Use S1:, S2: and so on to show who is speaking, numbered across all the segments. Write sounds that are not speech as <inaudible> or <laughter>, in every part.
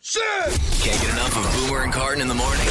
S1: Shit! Can't get enough of Boomer and Carton in the morning.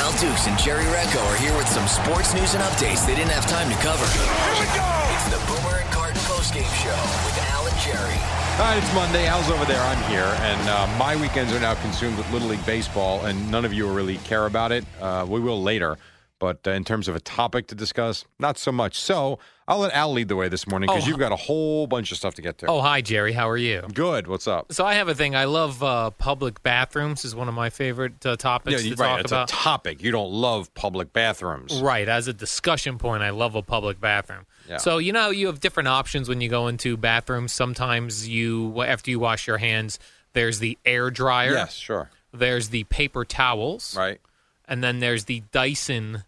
S1: Al Dukes and Jerry Recco are here with some sports news and updates they didn't have time to cover. Here we go! It's the Boomer and Carton postgame show with Al and Jerry.
S2: All right, it's Monday. Al's over there. I'm here, and uh, my weekends are now consumed with Little League baseball, and none of you really care about it. Uh, we will later, but uh, in terms of a topic to discuss, not so much. So I'll let Al lead the way this morning because
S3: Oh,
S2: you've got a whole bunch of stuff to get to.
S3: Oh, hi, Jerry. How are you?
S2: good. What's up?
S3: So I have a thing. I love uh, public bathrooms is one of my favorite uh, topics
S2: yeah,
S3: to
S2: you- right.
S3: talk
S2: it's
S3: about.
S2: a topic. You don't love public bathrooms.
S3: right, as a discussion point, I love a public bathroom.
S2: Yeah.
S3: So you know you have different options when you go into bathrooms. Sometimes you after you wash your hands, there's the air dryer.
S2: Yes, sure.
S3: There's the paper towels.
S2: Right.
S3: And then there's the Dyson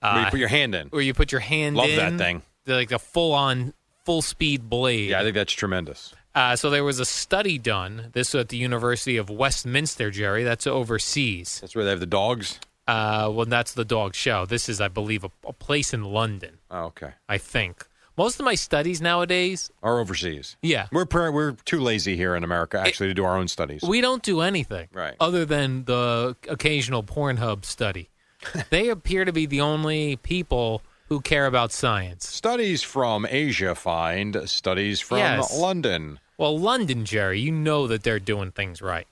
S3: Uh,
S2: Where you put your hand in.
S3: where you put your hand
S2: Love
S3: in.
S2: that thing.
S3: They're Like a full on full speed blade.
S2: Yeah, I think that's tremendous.
S3: Uh, so there was a study done. This was at the University of Westminster, Jerry. That's overseas.
S2: That's where they have the dogs.
S3: Uh, well, that's the dog show. This is, I believe, a, a place in London.
S2: Oh, okay.
S3: I think most of my studies nowadays,
S2: Are overseas.
S3: yeah,
S2: We're per- we're too lazy here in America actually to do our own studies.
S3: we don't do anything
S2: Right.
S3: other than the occasional Pornhub study. they appear to be the only people who care about science.
S2: Studies from Asia find studies from
S3: Yes.
S2: London.
S3: Well, London, Jerry, you know that they're doing things right.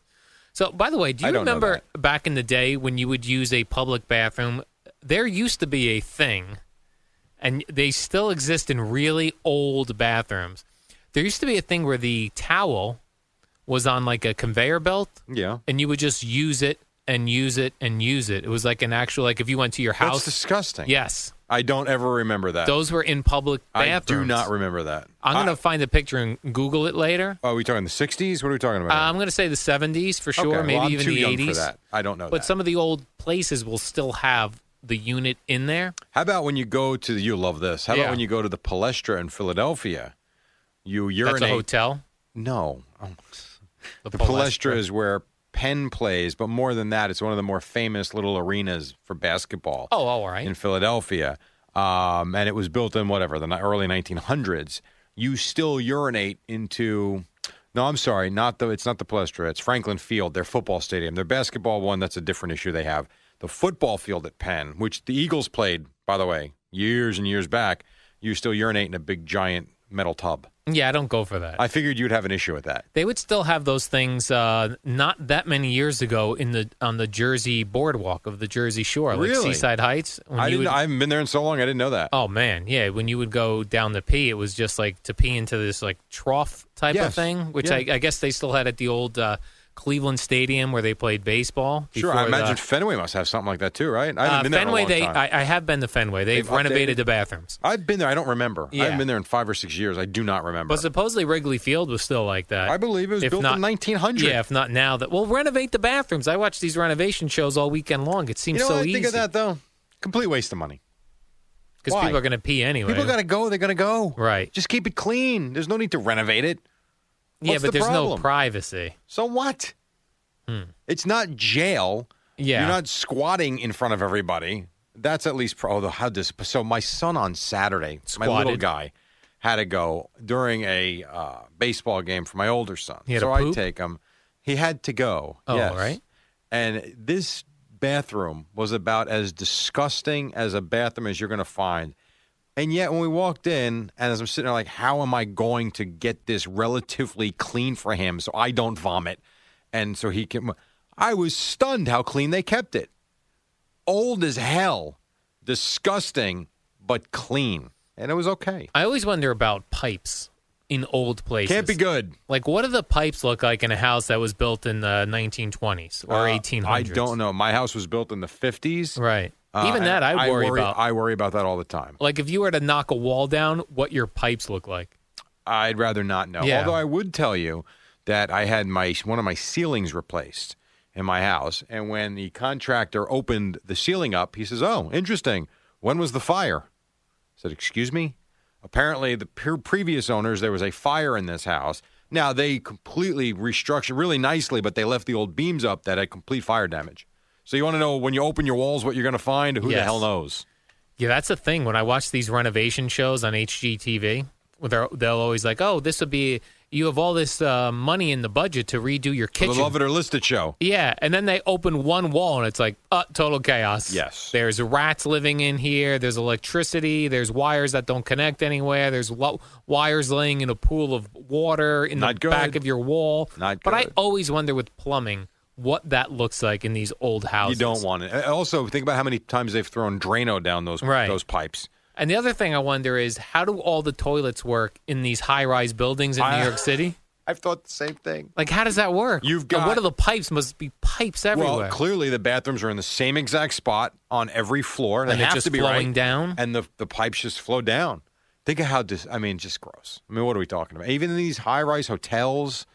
S3: So, by the way, do
S2: I
S3: you
S2: don't know
S3: remember back in the day when you would use a public bathroom? There used to be a thing, and they still exist in really old bathrooms. There used to be a thing where the towel was on like a conveyor belt,
S2: Yeah.
S3: and you would just use it and use it and use it. It was like an actual like if you went to your
S2: That's
S3: house.
S2: disgusting.
S3: yes,
S2: I don't ever remember that.
S3: those were in public
S2: I
S3: bathrooms.
S2: do not remember that.
S3: I'm gonna find a picture and Google it later.
S2: I, are we talking the 60s? What are we talking about?
S3: Uh, I'm going to say the 70s for sure,
S2: Okay, well,
S3: maybe
S2: I'm
S3: even
S2: too
S3: the
S2: young
S3: 80s.
S2: for that. I don't know.
S3: But
S2: that.
S3: some of the old places will still have the unit in there.
S2: How about when you go to the? You love this. How
S3: Yeah.
S2: about when you go to the Palestra in Philadelphia? You urinate.
S3: That's a hotel.
S2: No, Oh, the
S3: Palestra.
S2: Palestra is where Penn plays, but more than that, it's one of the more famous little arenas for basketball.
S3: Oh, all right.
S2: in Philadelphia, um, and it was built in whatever the ni- early 1900s. You still urinate into. No, I'm sorry, not the. It's not the Palestra. It's Franklin Field, their football stadium. Their basketball one, that's a different issue they have. The football field at Penn, which the Eagles played, by the way, years and years back. You still urinate in a big giant metal tub.
S3: yeah, I don't go for that.
S2: I figured you'd have an issue with that.
S3: they would still have those things uh, not that many years ago in the on the Jersey boardwalk of the Jersey Shore, like
S2: Really?
S3: Seaside Heights. When
S2: I
S3: you
S2: didn't.
S3: would-
S2: I haven't been there in so long. I didn't know that.
S3: oh man, yeah. When you would go down to pee, it was just like to pee into this like trough type
S2: Yes.
S3: of thing, which
S2: Yeah.
S3: I, I guess they still had at the old uh, Cleveland Stadium where they played baseball.
S2: sure, I
S3: before the-
S2: imagine Fenway must have something like that too, right? I haven't
S3: Uh,
S2: been there
S3: Fenway,
S2: in a long
S3: they
S2: time.
S3: I, I have been to Fenway. They've,
S2: They've updated-
S3: renovated the bathrooms.
S2: I've been there. I don't remember. I haven't
S3: Yeah.
S2: been there in five or six years. I do not remember.
S3: But supposedly Wrigley Field was still like that.
S2: I believe it was
S3: If
S2: built
S3: not-
S2: in 1900.
S3: Yeah, if not now, that well, renovate the bathrooms. I watch these renovation shows all weekend long. It
S2: you
S3: seems
S2: know
S3: so
S2: what I
S3: easy
S2: think of that though? Complete waste of money.
S3: because
S2: Why?
S3: people are going to pee anyway.
S2: People got to go. They're going to go.
S3: Right.
S2: Just keep it clean. There's no need to renovate it.
S3: yeah,
S2: what's
S3: but
S2: the
S3: there's no
S2: problem?
S3: privacy.
S2: So what? It's not jail.
S3: Hmm. Yeah.
S2: You're not squatting in front of everybody. That's at least pro. Although how does so my son on Saturday, my little
S3: Squatted.
S2: guy, had to go during a uh, baseball game for my older son.
S3: He had to
S2: so I
S3: poop?
S2: take him. He had to go.
S3: Oh,
S2: yes.
S3: all right.
S2: And this bathroom was about as disgusting as a bathroom as you're going to find. And yet, when we walked in, and as I'm sitting there, like, how am I going to get this relatively clean for him so I don't vomit? And so he can. I was stunned how clean they kept it. Old as hell, disgusting, but clean. And it was okay.
S3: I always wonder about pipes in old places.
S2: Can't be good.
S3: Like, what do the pipes look like in a house that was built in the 1920s or
S2: Uh,
S3: 1800s?
S2: I don't know. My house was built in the 50s.
S3: Right.
S2: Uh,
S3: Even
S2: and
S3: that, I worry, about.
S2: I worry about that all the time.
S3: like, if you were to knock a wall down, what your pipes look like.
S2: I'd rather not know.
S3: Yeah.
S2: Although I would tell you that I had my one of my ceilings replaced in my house, and when the contractor opened the ceiling up, he says, "Oh, interesting. When was the fire?" I said, "Excuse me." Apparently, the pre- previous owners there was a fire in this house. Now they completely restructured really nicely, but they left the old beams up that had complete fire damage. So you want to know when you open your walls what you're going to find? Who the
S3: Yes.
S2: hell knows?
S3: Yeah, that's the thing. When I watch these renovation shows on HGTV, where they're- they'll always like, oh, this would be, you have all this uh, money in the budget to redo your
S2: The
S3: kitchen.
S2: love it or list it show.
S3: Yeah, and then they open one wall and it's like, uh, total chaos.
S2: Yes.
S3: There's rats living in here. There's electricity. There's wires that don't connect anywhere. There's lo- wires laying in a pool of water in
S2: Not
S3: the
S2: good.
S3: back of your wall.
S2: Not
S3: But I
S2: good.
S3: always wonder with plumbing what that looks like in these old houses.
S2: You don't want it. Uh, Also, think about how many times they've thrown Drano down those
S3: Right.
S2: those pipes.
S3: And the other thing I wonder is how do all the toilets work in these high-rise buildings in
S2: I-
S3: New York City?
S2: I've thought the same thing.
S3: Like, how does that work?
S2: You've
S3: And
S2: got-
S3: what are the pipes? Must be pipes everywhere.
S2: Well, clearly the bathrooms are in the same exact spot on every floor,
S3: And
S2: they
S3: it's
S2: have
S3: just
S2: to be
S3: flowing
S2: right.
S3: down?
S2: and the the pipes just flow down. Think of how dis- I mean, just gross. I mean, what are we talking about? Even in these high rise hotels.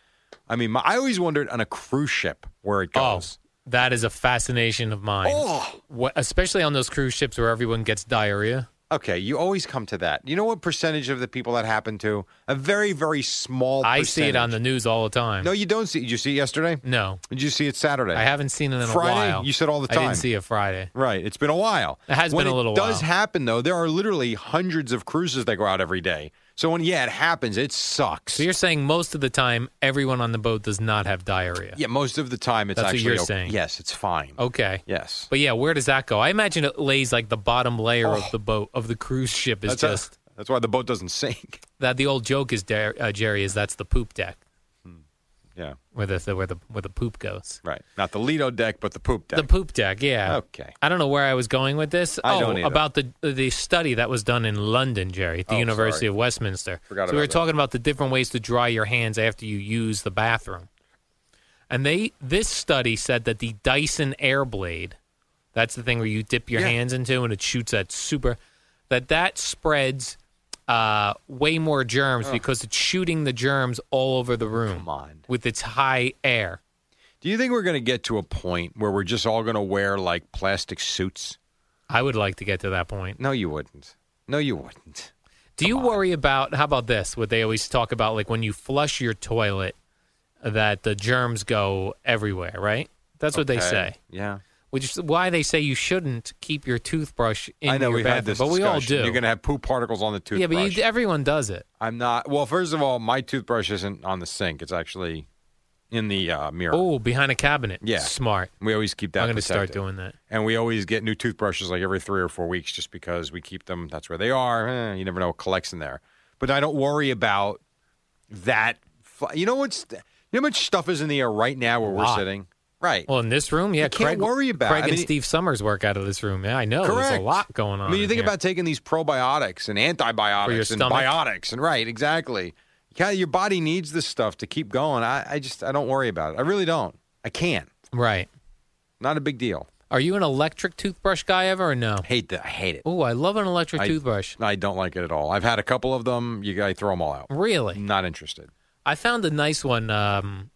S2: I mean, my, I always wondered on a cruise ship where it
S3: Oh,
S2: goes.
S3: that is a fascination of mine.
S2: Oh.
S3: What, especially on those cruise ships where everyone gets diarrhea.
S2: Okay, you always come to that. You know what percentage of the people that happen to? A very, very small.
S3: I see it on the
S2: percentage.
S3: news all the time.
S2: No, you don't see. Did you see it yesterday?
S3: No,
S2: Did you see it Saturday?
S3: I haven't seen it in
S2: Friday?
S3: a while.
S2: You said all the
S3: I
S2: time.
S3: didn't see it Friday.
S2: Right. It's been a while.
S3: It has
S2: when
S3: been a little
S2: It does
S3: while.
S2: happen though. There are literally hundreds of cruises that go out every day. So when yeah, it happens. It sucks.
S3: So you're saying most of the time everyone on the boat does not have diarrhea.
S2: yeah, most of the time it's
S3: That's what
S2: actually
S3: you're
S2: okay.
S3: saying.
S2: Yes, it's fine.
S3: Okay.
S2: Yes.
S3: But yeah, where does that go? I imagine it lays like the bottom layer of the boat of the cruise ship is
S2: Oh. that's
S3: just
S2: that's why the boat doesn't sink. <laughs>
S3: that the old joke is Dar- uh, Jerry is that's the poop deck
S2: Yeah.
S3: where the, the where the where the poop goes.
S2: Right. Not the Lido deck, but the poop deck.
S3: The poop deck, yeah.
S2: Okay.
S3: I don't know where I was going with this.
S2: I
S3: oh,
S2: don't either.
S3: about the the study that was done in London, Jerry, at the
S2: Oh,
S3: University
S2: sorry.
S3: of Westminster.
S2: Forgot
S3: so
S2: about
S3: we were
S2: that.
S3: talking about the different ways to dry your hands after you use the bathroom. And they this study said that the Dyson Airblade, that's the thing where you dip your
S2: Yeah.
S3: hands into and it shoots that super that that spreads uh, way more germs because it's shooting the germs all over the room
S2: Come on.
S3: with its high air.
S2: Do you think we're going to get to a point where we're just all going to wear like plastic suits?
S3: I would like to get to that point.
S2: No, you wouldn't. No, you wouldn't.
S3: Do you worry about how about this? What they always talk about, like when you flush your toilet, that the germs go everywhere, right? That's what they
S2: Okay.
S3: say.
S2: Yeah.
S3: Which is why they say you shouldn't keep your toothbrush in
S2: I know
S3: your
S2: we've
S3: bathroom,
S2: had this
S3: but we all do.
S2: discussion. You're going to have poop particles on the toothbrush.
S3: yeah, but you, everyone does it.
S2: I'm not. Well, first of all, my toothbrush isn't on the sink. It's actually in the uh, mirror.
S3: Oh, behind a cabinet.
S2: Yeah.
S3: smart.
S2: We always keep that.
S3: I'm going to start
S2: protected.
S3: doing that.
S2: And we always get new toothbrushes like every three or four weeks, just because we keep them. That's where they are. Eh, you never know what collects in there. But I don't worry about that. fl- You know what's? You know how much stuff is in the air right now where we're
S3: lot.
S2: sitting. Right.
S3: Well, in this room, yeah,
S2: You can't
S3: Craig,
S2: worry about it.
S3: Craig
S2: I
S3: and
S2: mean-
S3: Steve Summers work out of this room. Yeah, I know. There's
S2: Correct.
S3: a lot going on.
S2: I mean, you
S3: in
S2: think
S3: here.
S2: about taking these probiotics and antibiotics and
S3: stomach.
S2: biotics, and right, exactly. Yeah, your body needs this stuff to keep going. I, I just I don't worry about it. I really don't. I can't.
S3: right.
S2: Not a big deal.
S3: Are you an electric toothbrush guy ever or no?
S2: Hate that. I hate it.
S3: Oh, I love an electric
S2: I-
S3: toothbrush.
S2: I don't like it at all. I've had a couple of them. You guys throw them all out.
S3: Really?
S2: Not interested.
S3: I found a nice one. Um,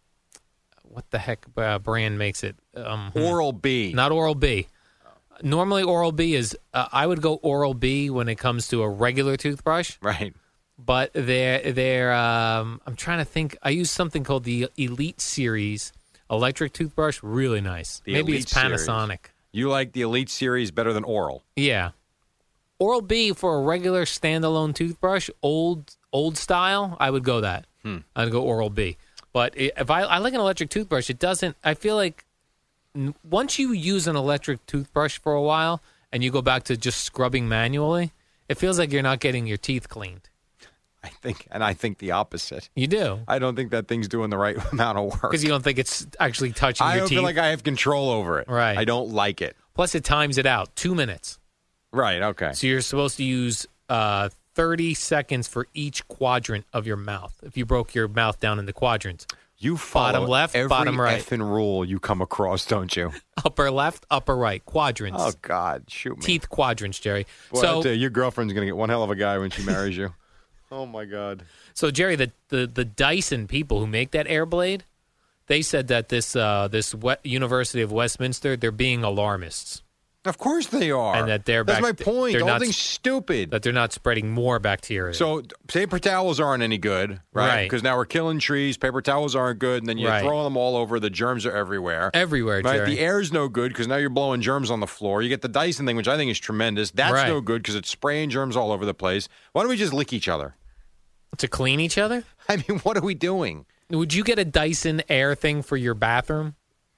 S3: what the heck uh, brand makes it? Um,
S2: Oral B.
S3: not Oral B. Normally, Oral B is. Uh, I would go Oral B when it comes to a regular toothbrush,
S2: right.
S3: but they're they're. Um, I'm trying to think. I use something called the Elite Series electric toothbrush. Really nice.
S2: The
S3: Maybe
S2: Elite
S3: it's Panasonic.
S2: You like the Elite series better than Oral.
S3: Yeah. Oral B for a regular standalone toothbrush, old old style, I would go that.
S2: Hmm.
S3: I'd go Oral B. But i- if I, I like an electric toothbrush, it doesn't. I feel like n- once you use an electric toothbrush for a while and you go back to just scrubbing manually, It feels like you're not getting your teeth cleaned.
S2: I think, and I think the opposite.
S3: You do
S2: I don't think that thing's doing the right <laughs> amount of work.
S3: because you don't think it's actually touching
S2: I
S3: your
S2: don't
S3: teeth.
S2: feel like I have control over it.
S3: Right.
S2: I don't like it.
S3: Plus, it times it out two minutes.
S2: Right. Okay.
S3: So you're supposed to use uh, 30 seconds for each quadrant of your mouth. If you broke your mouth down into quadrants,
S2: You follow
S3: Bottom left,
S2: every
S3: bottom right.
S2: effing rule you come across, don't
S3: <laughs>
S2: you?
S3: upper left, upper right, quadrants,
S2: Oh God, shoot me.
S3: teeth quadrants, Jerry.
S2: Boy, I
S3: so,
S2: tell you, your girlfriend's gonna get one hell of a guy when she marries
S3: <laughs>
S2: you. Oh my God.
S3: so Jerry, the, the the Dyson people who make that air blade, they said that this uh, this we- University of Westminster, they're being alarmists.
S2: Of course they are.
S3: And that they're
S2: That's
S3: back-
S2: my point.
S3: they're
S2: The whole
S3: not-
S2: thing's stupid.
S3: that they're not spreading more bacteria.
S2: So t- paper towels aren't any good, right?
S3: Right.
S2: Because now we're killing trees. Paper towels aren't good, and then you
S3: Right.
S2: throw them all over. The germs are everywhere.
S3: everywhere,
S2: Right,
S3: Jerry.
S2: the air's no good because now you're blowing germs on the floor. You get the Dyson thing, which I think is tremendous. That's
S3: Right.
S2: no good because it's spraying germs all over the place. Why don't we just lick each other?
S3: to clean each other?
S2: <laughs> I mean, what are we doing?
S3: Would you get a Dyson air thing for your bathroom?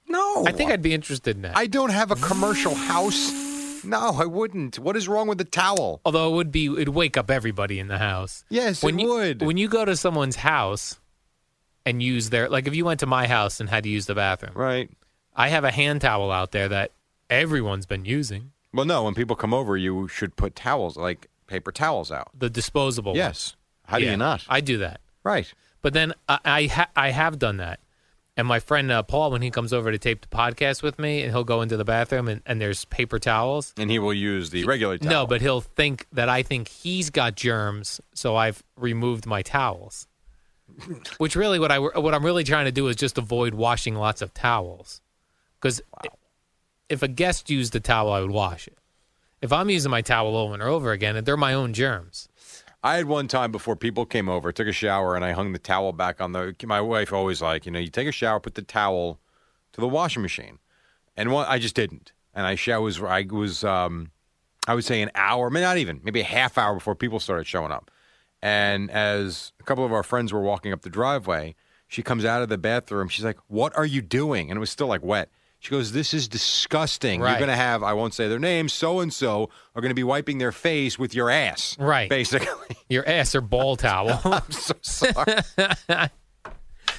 S2: No,
S3: I think I'd be interested in that.
S2: Oh, I don't have a commercial house. No, I wouldn't. What is wrong with the towel?
S3: Although it would be, it'd wake up everybody in the house.
S2: Yes,
S3: when
S2: it
S3: you,
S2: would.
S3: When you go to someone's house and use their, like if you went to my house and had to use the bathroom,
S2: Right.
S3: I have a hand towel out there that everyone's been using,
S2: Well, no. When people come over, you should put towels, like paper towels, out.
S3: the disposable. one.
S2: Yes. How do
S3: Yeah,
S2: you not?
S3: I do that.
S2: right.
S3: But then I I, ha- I have done that. And my friend uh, Paul, when he comes over to tape the podcast with me, and he'll go into the bathroom and, and there's paper towels.
S2: And he will use the regular towel.
S3: No, but he'll think that I think he's got germs, so I've removed my towels.
S2: <laughs>
S3: Which really, what I what I'm really trying to do is just avoid washing lots of towels, because if a guest used a towel, I would wash it. If I'm using my towel over and over again, they're my own germs.
S2: I had one time before people came over, took a shower, and I hung the towel back on the. My wife always like, you know, you take a shower, put the towel to the washing machine, and one I just didn't. And I show- I was I was um, I would say an hour, maybe not even, maybe a half hour before people started showing up. And as a couple of our friends were walking up the driveway, she comes out of the bathroom. She's like, "What are you doing?" And it was still like wet. She goes, "This is disgusting.
S3: Right.
S2: You're going to have I won't say their names. So and so are going to be wiping their face with your ass,
S3: Right.
S2: Basically." <laughs>
S3: Your ass or ball towel.
S2: I'm so sorry.
S3: <laughs>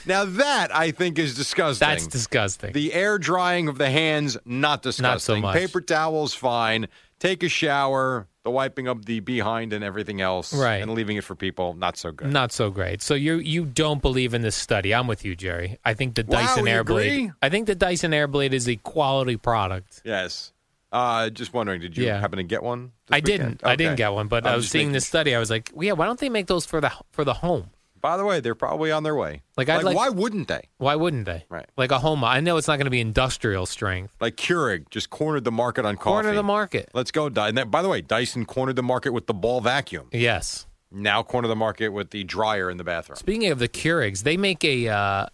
S2: now that I think is disgusting.
S3: That's disgusting.
S2: the air drying of the hands, not disgusting.
S3: much.
S2: Paper towels, fine. Take a shower. The wiping of the behind and everything else,
S3: Right.
S2: And leaving it for people, not so good.
S3: Not so great. So you you don't believe in this study? I'm with you, Jerry. I think the
S2: Wow,
S3: Dyson
S2: you
S3: Airblade.
S2: agree?
S3: I think the Dyson Airblade is a quality product.
S2: Yes. Uh, just wondering, did you
S3: Yeah.
S2: happen to get one? this
S3: I didn't.
S2: weekend?
S3: I didn't
S2: Okay.
S3: get one, but i
S2: I'm
S3: was
S2: just
S3: seeing
S2: making
S3: this
S2: sure.
S3: study. I was like, well, yeah, why don't they make those for the for the home?
S2: By the way, they're probably on their way.
S3: Like, I'd like-
S2: why wouldn't they?
S3: Why wouldn't they?
S2: Right.
S3: Like a home. I know it's not going to be industrial strength.
S2: Like Keurig just cornered the market on coffee.
S3: Corner of the market.
S2: Let's go, Dyson. And that- By the way, Dyson cornered the market with the ball vacuum.
S3: Yes.
S2: Now corner the market with the dryer in the bathroom.
S3: Speaking of the Keurigs, they make a uh,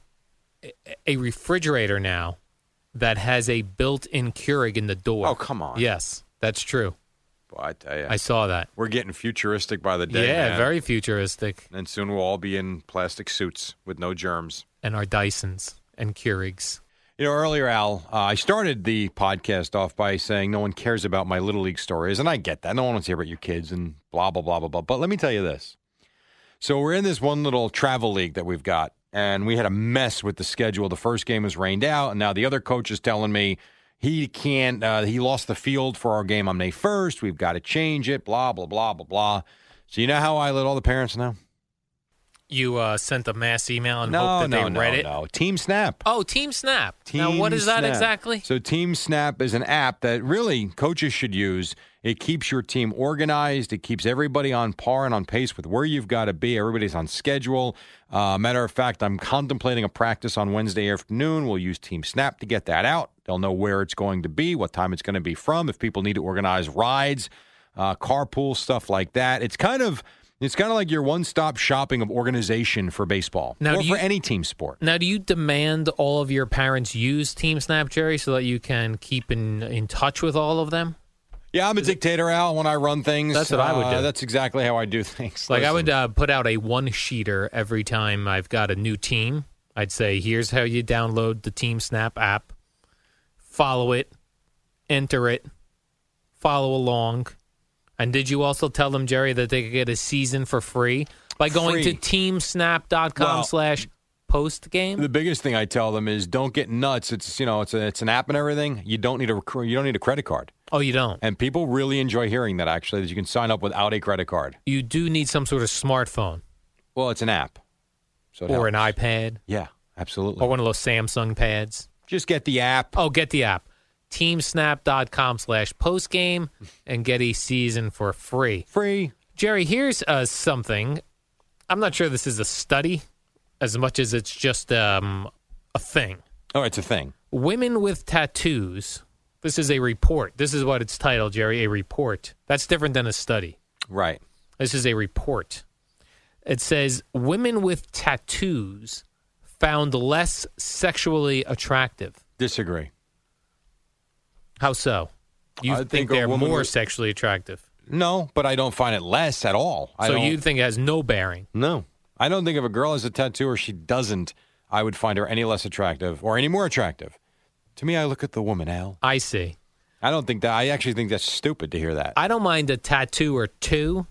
S3: a refrigerator now that has a built-in Keurig in the door.
S2: Oh, come on.
S3: Yes, that's true.
S2: Boy, I tell you,
S3: I saw that.
S2: we're getting futuristic by the day.
S3: Yeah,
S2: man.
S3: very futuristic.
S2: And soon we'll all be in plastic suits with no germs.
S3: And our Dysons and Keurigs.
S2: You know, earlier, Al, uh, I started the podcast off by saying no one cares about my little league stories, and I get that. No one wants to hear about your kids and blah blah blah blah blah. But let me tell you this: so we're in this one little travel league that we've got, and we had a mess with the schedule. The first game was rained out, and now the other coach is telling me he can't. Uh, he lost the field for our game on May first. We've got to change it. Blah blah blah blah blah. So you know how I let all the parents know?
S3: You uh, sent a mass email and
S2: no,
S3: hoped that
S2: no,
S3: they
S2: no,
S3: read it.
S2: no. Team Snap.
S3: Oh, Team Snap. now, what
S2: Team
S3: is that
S2: Snap.
S3: exactly?
S2: So, Team Snap is an app that really coaches should use. It keeps your team organized. It keeps everybody on par and on pace with where you've got to be. Everybody's on schedule. Uh, matter of fact, I'm contemplating a practice on Wednesday afternoon. We'll use Team Snap to get that out. They'll know where it's going to be, what time it's going to be from. If people need to organize rides, uh, carpool stuff like that, it's kind of it's kind of like your one-stop shopping of organization for baseball
S3: Now,
S2: or
S3: do
S2: for
S3: you-
S2: any team sport.
S3: Now, do you demand all of your parents use Team Snap, Jerry, so that you can keep in, in touch with all of them?
S2: Yeah, I'm a dictator, Al. When I run things,
S3: That's what I would
S2: Uh,
S3: do.
S2: That's exactly how I do <laughs> things.
S3: Like, I
S2: Listen,
S3: would uh, put out a one sheeter every time I've got a new team. I'd say, here's how you download the Team Snap app, follow it, enter it, follow along, And did you also tell them, Jerry, that they could get a season for free by going
S2: Free.
S3: to teamsnap.com
S2: Well-
S3: slash post game?
S2: The biggest thing I tell them is don't get nuts. It's you know it's a, it's an app and everything. You don't need a rec- you don't need a credit card.
S3: Oh, you don't.
S2: And people really enjoy hearing that actually that you can sign up without a credit card.
S3: You do need some sort of smartphone
S2: Well, it's an app. So it
S3: or an
S2: helps.
S3: iPad
S2: Yeah, absolutely.
S3: or one of those Samsung pads.
S2: Just get the app.
S3: Oh, get the app. Teamsnap.com slash postgame and get a season for free.
S2: Free.
S3: Jerry, here's uh, something. I'm not sure this is a study as much as it's just um, a thing.
S2: Oh, it's a thing.
S3: Women with tattoos. This is a report. This is what it's titled, Jerry, a report. That's different than a study.
S2: Right.
S3: This is a report. It says women with tattoos found less sexually attractive.
S2: Disagree.
S3: How so? You
S2: I
S3: think,
S2: think a
S3: they're
S2: woman
S3: more
S2: with-
S3: sexually attractive.
S2: No, but I don't find it less at all. I
S3: so
S2: don't-
S3: you think it has no bearing.
S2: No. I don't think if a girl has a tattoo or she doesn't, I would find her any less attractive or any more attractive. To me, I look at the woman, Al.
S3: I see.
S2: I don't think that. I actually think that's stupid to hear that.
S3: I don't mind a tattoo or two.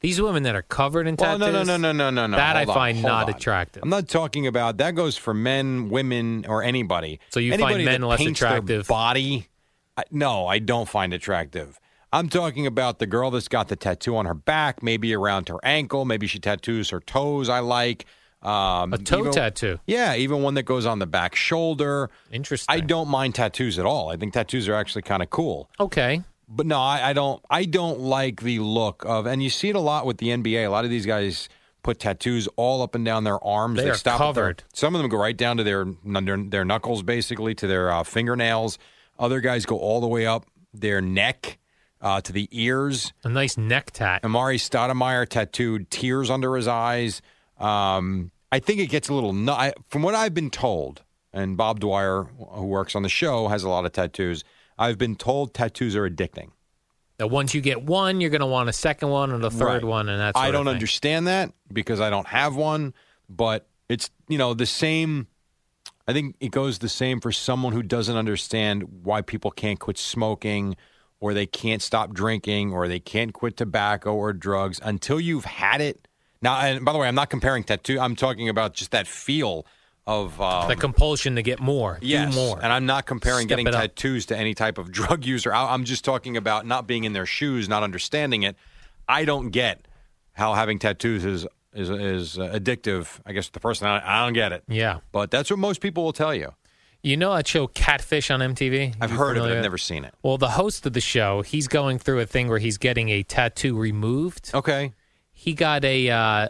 S3: These women that are covered in
S2: well,
S3: tattoos.
S2: no, no, no, no, no, no, no.
S3: That I
S2: Hold on,
S3: find
S2: hold
S3: not
S2: on.
S3: attractive.
S2: I'm not talking about that. Goes for men, women, or anybody.
S3: So you find
S2: anybody
S3: men
S2: that
S3: less
S2: paints their
S3: attractive?
S2: Body? I, no, I don't find attractive. I'm talking about the girl that's got the tattoo on her back, maybe around her ankle, maybe she tattoos her toes. I like um,
S3: A toe
S2: even-
S3: tattoo.
S2: Yeah, even one that goes on the back shoulder.
S3: Interesting.
S2: I don't mind tattoos at all. I think tattoos are actually kind of cool.
S3: Okay.
S2: But no, I, I don't. I don't like the look of, and you see it a lot with the NBA. A lot of these guys put tattoos all up and down their arms.
S3: They are
S2: stop at their-
S3: covered.
S2: some of them go right down to their their, their knuckles, basically to their uh, fingernails. Other guys go all the way up their neck uh, to the ears.
S3: A nice neck tat.
S2: Amari Stoudemire tattooed tears under his eyes. Um, I think it gets a little nu- I, from what I've been told. And Bob Dwyer, who works on the show, has a lot of tattoos. I've been told tattoos are addicting.
S3: That once you get one, you're going to want a second one and a third
S2: Right.
S3: one, and that's.
S2: I don't understand that because I don't have one, but it's you know the same. I think it goes the same for someone who doesn't understand why people can't quit smoking, or they can't stop drinking, or they can't quit tobacco or drugs until you've had it. Now, and by the way, I'm not comparing tattoo. I'm talking about just that feel of um,
S3: the compulsion to get more.
S2: yes,
S3: do more.
S2: And I'm not comparing
S3: Step
S2: getting
S3: it up.
S2: tattoos to any type of <laughs> drug user. I- I'm just talking about not being in their shoes, not understanding it. I don't get how having tattoos is is is uh, addictive. I guess the person I, I don't get it.
S3: yeah,
S2: But that's what most people will tell you.
S3: you know that show Catfish on MTV.
S2: I've
S3: You
S2: heard of it.
S3: familiar?
S2: I've never seen it.
S3: Well, the host of the show, he's going through a thing where he's getting a tattoo removed.
S2: Okay.
S3: He got a uh,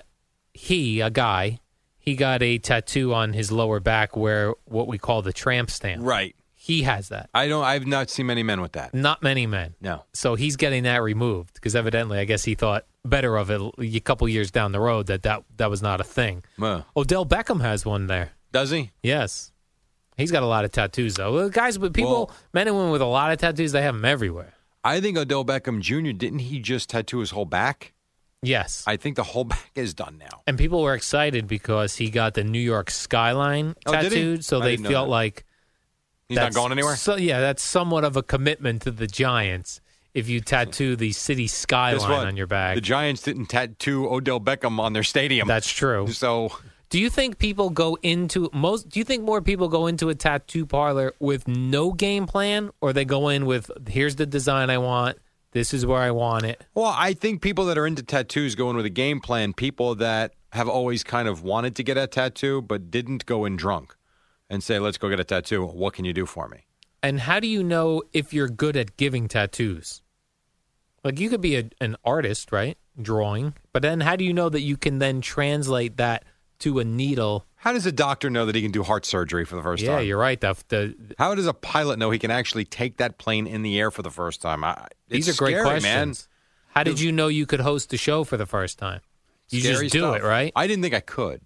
S3: he a guy. He got a tattoo on his lower back where what we call the tramp stamp.
S2: Right.
S3: He has that.
S2: I don't. I've not seen many men with that.
S3: Not many men.
S2: No.
S3: So he's getting that removed because evidently, I guess he thought better of it a couple years down the road that that, that was not a thing.
S2: Well,
S3: Odell Beckham has one there.
S2: Uh, does he?
S3: Yes. He's got a lot of tattoos, though. Well, guys, but people,
S2: Well-
S3: men and women with a lot of tattoos, they have them everywhere.
S2: I think Odell Beckham Jr. didn't he just tattoo his whole back?
S3: Yes.
S2: I think the whole <laughs> back is done now.
S3: and people were excited because he got the New York skyline
S2: Oh, did he?
S3: tattooed. So
S2: I
S3: they
S2: didn't know
S3: felt
S2: that.
S3: like
S2: He's not
S3: that's-
S2: going anywhere.
S3: So, yeah, that's somewhat of a commitment to the Giants if you tattoo the city
S2: Guess
S3: skyline
S2: what?
S3: on your back.
S2: The Giants didn't tattoo Odell Beckham on their stadium.
S3: that's true.
S2: So
S3: Do you think people go into most? Do you think more people go into a tattoo parlor with no game plan, or they go in with here's the design I want, this is where I want it?
S2: Well, I think people that are into tattoos go in with a game plan. People that have always kind of wanted to get a tattoo but didn't go in drunk and say, let's go get a tattoo. What can you do for me?
S3: And how do you know if you're good at giving tattoos? Like you could be a, an artist, right? Drawing, but then how do you know that you can then translate that to a needle?
S2: How does a doctor know that he can do heart surgery for the first
S3: yeah,
S2: time?
S3: you're right. That the,
S2: How does a pilot know he can actually take that plane in the air for the first time? I,
S3: these are
S2: it's
S3: great
S2: scary,
S3: questions.
S2: man.
S3: How did you know you could host the show for the first time? You
S2: Scary
S3: just do
S2: stuff.
S3: it, right?
S2: I didn't think I could.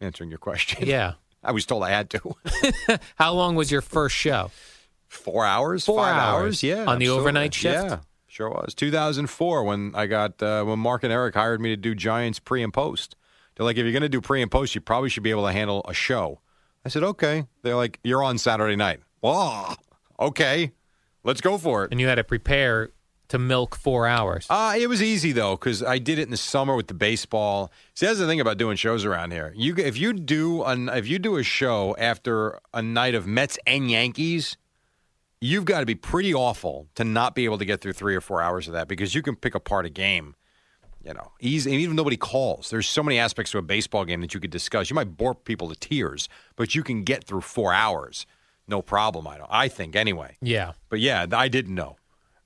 S2: Answering your question,
S3: yeah.
S2: I was told I had to. <laughs>
S3: How long was your first show?
S2: Four hours,
S3: Four
S2: five
S3: hours.
S2: yeah,
S3: On the overnight shift?
S2: Yeah, sure was. 2004 when I got uh, when Mark and Eric hired me to do Giants pre and post. They're like, if you're going to do pre and post, you probably should be able to handle a show. I said, okay. They're like, you're on Saturday night. Wow. Okay, let's go for it.
S3: and you had to prepare to milk four hours.
S2: Uh, it was easy though because I did it in the summer with the baseball. See, that's the thing about doing shows around here. You g- if you do an if you do a show after a night of Mets and Yankees, you've got to be pretty awful to not be able to get through three or four hours of that because you can pick apart a game. You know, easy. And even if nobody calls. There's so many aspects to a baseball game that you could discuss. You might bore people to tears, but you can get through four hours, no problem. I don't. I think anyway.
S3: Yeah.
S2: But yeah, th- I didn't know.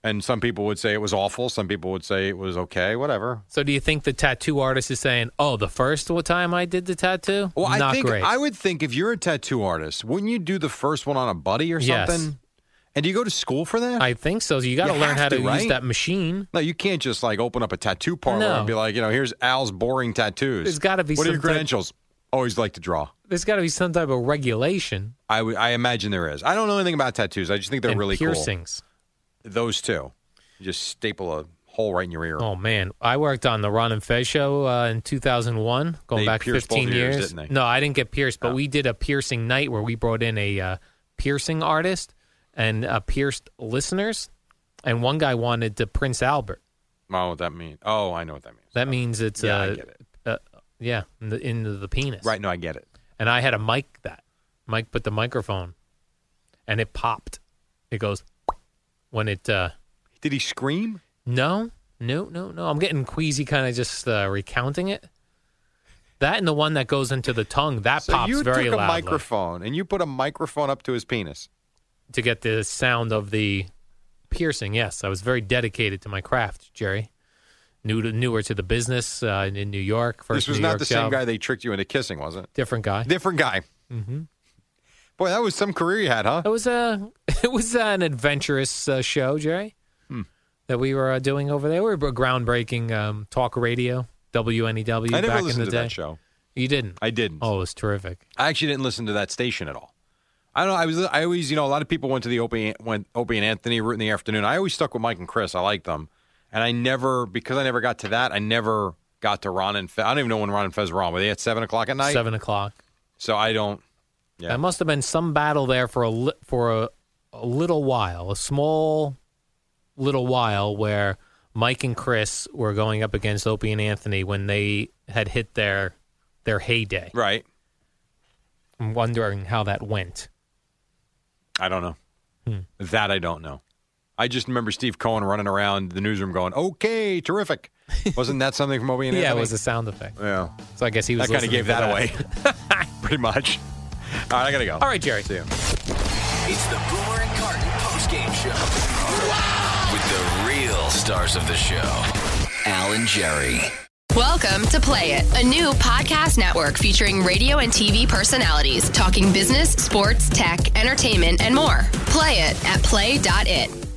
S2: And some people would say it was awful. Some people would say it was okay, whatever.
S3: So do you think the tattoo artist is saying, "Oh, the first time I did the tattoo,
S2: Well,
S3: not
S2: I think
S3: great"?
S2: I would think if you're a tattoo artist, wouldn't you do the first one on a buddy or
S3: Yes.
S2: something? And do you go to school for that?
S3: I think so. You got to
S2: You
S3: learn
S2: have
S3: how to,
S2: to, right?
S3: use that machine.
S2: no, you can't just like open up a tattoo parlor
S3: No.
S2: and be like, you know, here's Al's boring tattoos.
S3: There's gotta be
S2: What are your
S3: some type-
S2: credentials? Always like to draw.
S3: There's got to be some type of regulation
S2: I would- I imagine there is. I don't know anything about tattoos. I just think they're
S3: and
S2: really
S3: piercings.
S2: cool. Those two. You just staple a hole right in your ear.
S3: Oh man, I worked on the Ron and Fez show uh, in 2001, going
S2: They
S3: back
S2: pierced
S3: 15
S2: both
S3: years.
S2: ears, didn't they?
S3: No, I didn't get pierced, but we did a piercing night where we brought in a uh, piercing artist and uh, pierced listeners, and one guy wanted to Prince Albert.
S2: Oh, what that mean? Oh, I know what that means.
S3: That means it's
S2: Yeah, I
S3: uh,
S2: get it.
S3: Uh, yeah, in the, into the penis.
S2: Right, no, I get it.
S3: and I had a mic that Mike put the microphone, and it popped. It goes when it uh,
S2: Did he scream?
S3: no no no no. I'm getting queasy, kind of just uh, recounting it. That and the one that goes into the tongue that
S2: So
S3: pops
S2: you
S3: very
S2: took a
S3: loudly
S2: microphone and you put a microphone up to his penis.
S3: to get the sound of the piercing. Yes, I was very dedicated to my craft, Jerry. New to, newer to the business uh, in- in New York. First
S2: this was
S3: New
S2: not
S3: York
S2: the same
S3: job.
S2: guy they tricked you into kissing, was it?
S3: Different guy.
S2: Different guy. Mm-hmm. Boy, that was some career you had, huh?
S3: It was a <laughs> it was uh, an adventurous uh, show, Jerry,
S2: Hmm.
S3: that we were uh, doing over there. We were groundbreaking um, talk radio, WNEW.
S2: I never
S3: back in the
S2: listened to
S3: day.
S2: that show.
S3: You didn't.
S2: I didn't.
S3: Oh, it was terrific.
S2: I actually didn't listen to that station at all. I don't know. I was. I always, you know, a lot of people went to the Opie, went Opie and Anthony route in the afternoon. I always stuck with Mike and Chris. I liked them, and I never because I never got to that. I never got to Ron and Fez. I don't even know when Ron and Fez were on. Were they at seven o'clock at night?
S3: Seven o'clock.
S2: So I don't. Yeah.
S3: That must have been some battle there for a li- for a, a little while, a small little while where Mike and Chris were going up against Opie and Anthony when they had hit their their heyday.
S2: Right.
S3: I'm wondering how that went.
S2: I don't know.
S3: Hmm.
S2: That I don't know. I just remember Steve Cohen running around the newsroom going, "Okay,
S3: <laughs>
S2: terrific." Wasn't that something from Moby and
S3: Yeah, it
S2: Anthony?
S3: was a sound effect.
S2: Yeah,
S3: So I guess he was
S2: that kind of
S3: listening
S2: gave
S3: to
S2: that, away, <laughs> pretty much. All right, I gotta go.
S3: All right, Jerry.
S2: see you.
S1: It's the Boomer and Carton postgame show with the real stars of the show, Al and Jerry.
S4: Welcome to Play It, a new podcast network featuring radio and TV personalities talking business, sports, tech, entertainment, and more. Play it at play.it.